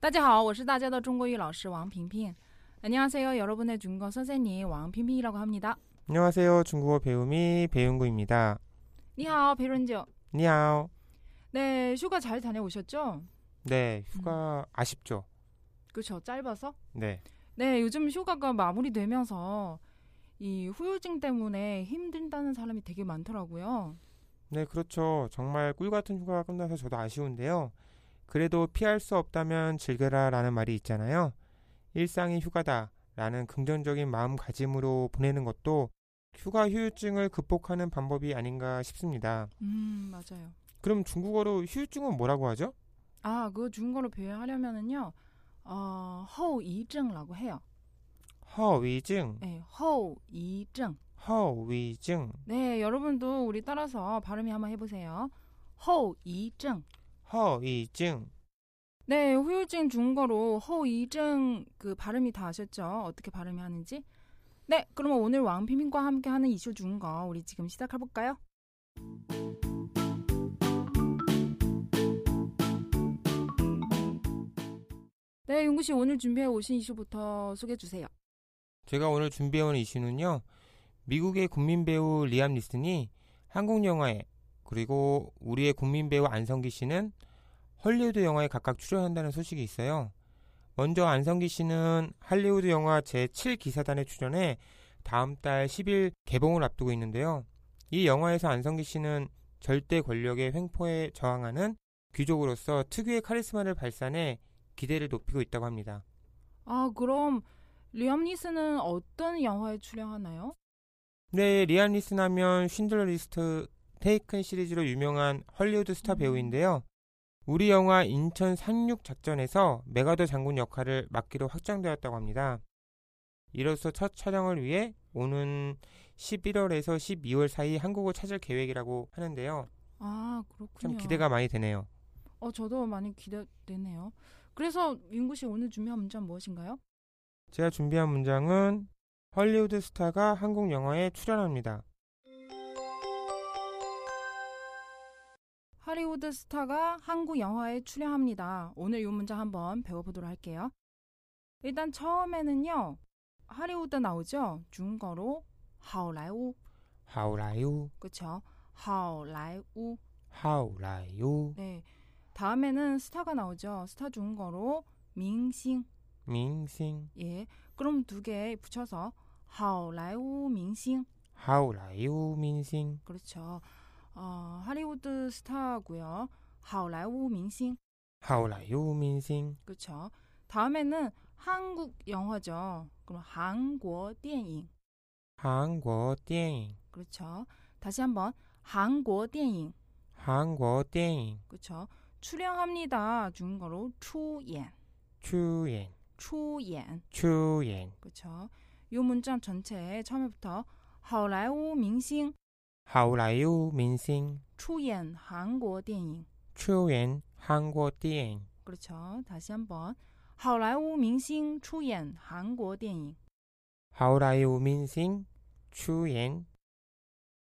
따지하 我是大家的中国语老师王平平 안녕하세요 여러분의 중국어 선생님 왕핑핑이라고 합니다. 안녕하세요. 중국어 배우미 배윤구입니다. 니하오 베론저 니아오. 네 휴가 잘 다녀오셨죠? 네, 휴가 아쉽죠. 그쵸 짧아서? 네. 네, 요즘 휴가가 마무리되면서 이 후유증 때문에 힘들다는 사람이 되게 많더라고요. 네, 그렇죠. 정말 꿀 같은 휴가가 끝나서 저도 아쉬운데요. 그래도 피할 수 없다면 즐겨라라는 말이 있잖아요. 일상이 휴가다라는 긍정적인 마음가짐으로 보내는 것도 휴가 휴유증을 극복하는 방법이 아닌가 싶습니다. 음, 맞아요. 그럼 중국어로 휴유증은 뭐라고 하죠? 아, 그 중국어로 표현하려면은요. 어, 허위증이라고 해요. 허위증, 네, 허위증. 허위증, 네, 여러분도 우리 따라서 발음이 한번 해 보세요. 허위증. 허위증. 네, 후유증 중국어로 허위증 그 발음이 다 아셨죠? 어떻게 발음이 하는지? 네, 그러면 오늘 왕피민과 함께 하는 이슈 중국어 우리 지금 시작해 볼까요? 네, 윤구 씨 오늘 준비해 오신 이슈부터 소개해 주세요. 제가 오늘 준비해온 이슈는요. 미국의 국민 배우 리암 니슨이 한국 영화에 그리고 우리의 국민 배우 안성기 씨는 헐리우드 영화에 각각 출연한다는 소식이 있어요. 먼저 안성기 씨는 할리우드 영화 제7기사단에 출연해 다음 달 10일 개봉을 앞두고 있는데요. 이 영화에서 안성기 씨는 절대 권력의 횡포에 저항하는 귀족으로서 특유의 카리스마를 발산해 기대를 높이고 있다고 합니다. 아, 그럼 리암 니스는 어떤 영화에 출연하나요? 네, 리안 리슨 하면 쉰들러 리스트 테이큰 시리즈로 유명한 헐리우드 스타 음. 배우인데요. 우리 영화 인천 상륙 작전에서 메가더 장군 역할을 맡기로 확정되었다고 합니다. 이로써 첫 촬영을 위해 오는 11월에서 12월 사이 한국을 찾을 계획이라고 하는데요. 아, 그렇군요. 참 기대가 많이 되네요. 어, 저도 많이 기대되네요. 그래서 윤구 씨 오늘 준비한 문제 무엇인가요? 제가 준비한 문장은 헐리우드 스타가 한국 영화에 출연합니다. 할리우드 스타가 한국 영화에 출연합니다. 오늘 이 문장 한번 배워보도록 할게요. 일단 처음에는요. 할리우드 나오죠? 중국어로 하오라이우. 하오라요, 그쵸? 하오라이우. 하오라요, 네. 다음에는 스타가 나오죠? 스타 중국어로 밍싱. 민싱, 예. 그럼 두 개 붙여서 하오라이우 밍싱. 하오라요, 민싱. 그렇죠. 어, 할리우드 스타고요. 하오라이우 밍싱. 하오라요 민싱 그렇죠. 다음에는 한국 영화죠. 그럼 한국 电影. 한국 电影 그렇죠. 다시 한번 한국 电影. 한국 电影 그렇죠. 출연합니다. 중국어로 출연. 출연 출연. 출연 그렇죠. 이 문장 전체 처음부터 하오라이우 밍싱 하오라요 민싱 출연 한국 电影. 출연 한국 电影 그렇죠. 다시 한번 하오라이우 밍싱 출연 한국 电影. 하오라요 민싱 출연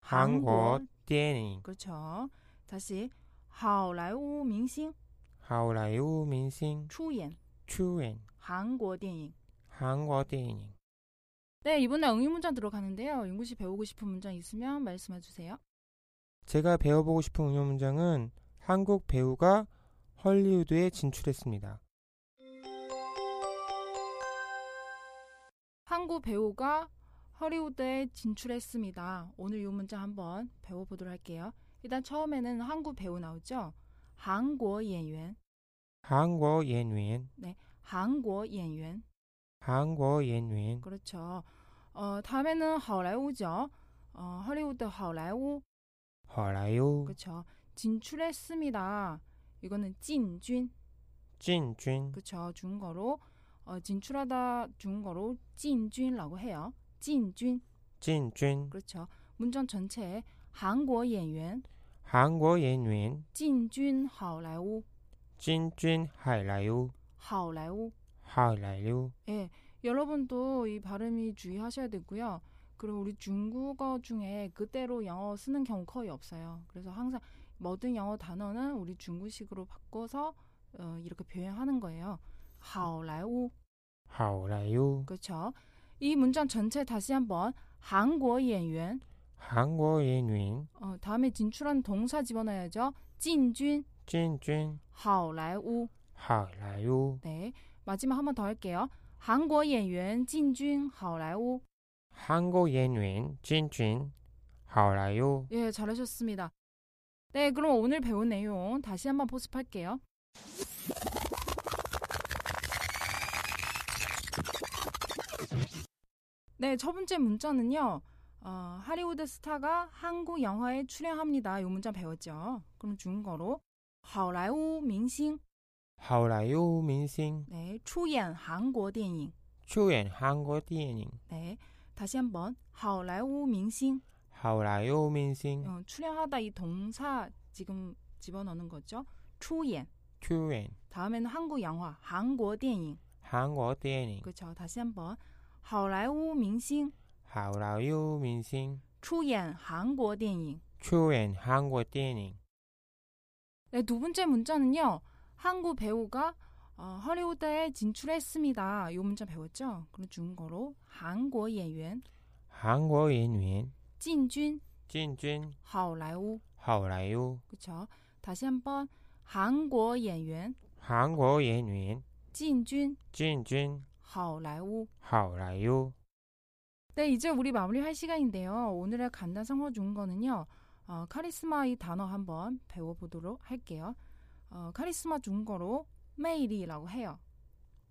한국 电影 그렇죠. 다시 好莱坞明星 하오라요 민싱 출연 출연 한국 电影. 한국 电影 네, 이번에 응유 문장 들어가는데요. 윤구 씨 배우고 싶은 문장 있으면 말씀해 주세요. 제가 배워보고 싶은 응용 문장은 한국 배우가 헐리우드에 진출했습니다. 한국 배우가 헐리우드에 진출했습니다. 오늘 이 문장 한번 배워보도록 할게요. 일단 처음에는 한국 배우 나오죠. 한국 演员, 한국 연예인 한국 演员. 한국 연예인 그렇죠. 어, 다음에는 好莱坞죠. 어, 헐리우드 好莱坞. 허라요 그렇죠. 진출했습니다. 이거는 진준. 진준 그렇죠. 중국어로 어, 진출하다 중국어로 진준이라고 해요. 진준. 진준 그렇죠. 문장 전체에 한국演员 한국 연예인 진준 好莱坞 진준 하이라요 好莱坞. 하이라요 예. 여러분도 이 발음이 주의하셔야 되고요. 그리고 우리 중국어 중에 그대로 영어 쓰는 경우 거의 없어요. 그래서 항상 모든 영어 단어는 우리 중국식으로 바꿔서 어, 이렇게 표현하는 거예요. 好莱坞 하오라요 그렇죠. 이 문장 전체 다시 한번 한국 연예인 한국 연예인 어, 다음에 진출한 동사 집어넣어야죠. 진준 진준 好莱坞 하이라요 네 마지막 한 번 더 할게요. 한국 연예인 진준 好莱坞 한국 연예인 진준 하오라요 예 잘하셨습니다. 네 그럼 오늘 배운 내용 다시 한번 복습할게요. 네, 첫 번째 문자는요. 어, 할리우드 스타가 한국 영화에 출연합니다. 이 문자 배웠죠. 그럼 중국어로 好莱坞明星 하오라요 민생 네, 出演 한국 电影 출연 한국 연예인 네, 다시 한번 好莱坞明星 하오라요 민생 어, 출연하다 이 동사 지금 집어넣는 거죠. 出演 출연 다음에는 한국 영화 한국 电影 한국 연예인 그렇죠. 다시 한번 好莱坞明星 하오라요 민생 出演 한국 电影 출연 한국 연예인 네, 두 번째 문자는요. 한국 배우가 어, 헐리우드에 진출했습니다. 요 문자 배웠죠? 그럼 중국어로 한국 연예인 한국 연예인 진준 진준 하오라우 하오라요 그쵸? 다시 한번 한국 연예인 한국 연예인 진준 진준 하오라우 하오라요 네, 이제 우리 마무리할 시간인데요. 오늘의 간단 성어 중거는요. 어, 카리스마 이 단어 한번 배워보도록 할게요. 어, 카리스마 중거로 메이리라고 해요.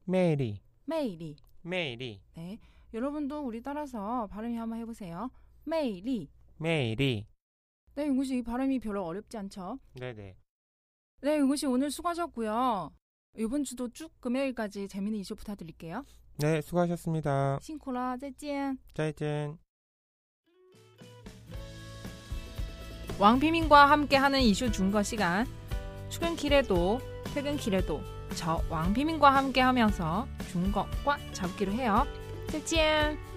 메리 메이리 메리 네, 여러분도 우리 따라서 발음이 한번 해보세요. 메이리. 메리 네, 윤구 씨, 이 발음이 별로 어렵지 않죠? 네네 네, 윤구 씨, 오늘 수고하셨고요. 이번 주도 쭉 금요일까지 재미있는 이슈 부탁드릴게요. 네 수고하셨습니다 싱코라, 재찐. 짜이젠 왕피민과 함께하는 이슈 준거 시간. 출근길에도, 퇴근길에도 저 왕피민과 함께하면서 준거과 잡기로 해요. 재찐.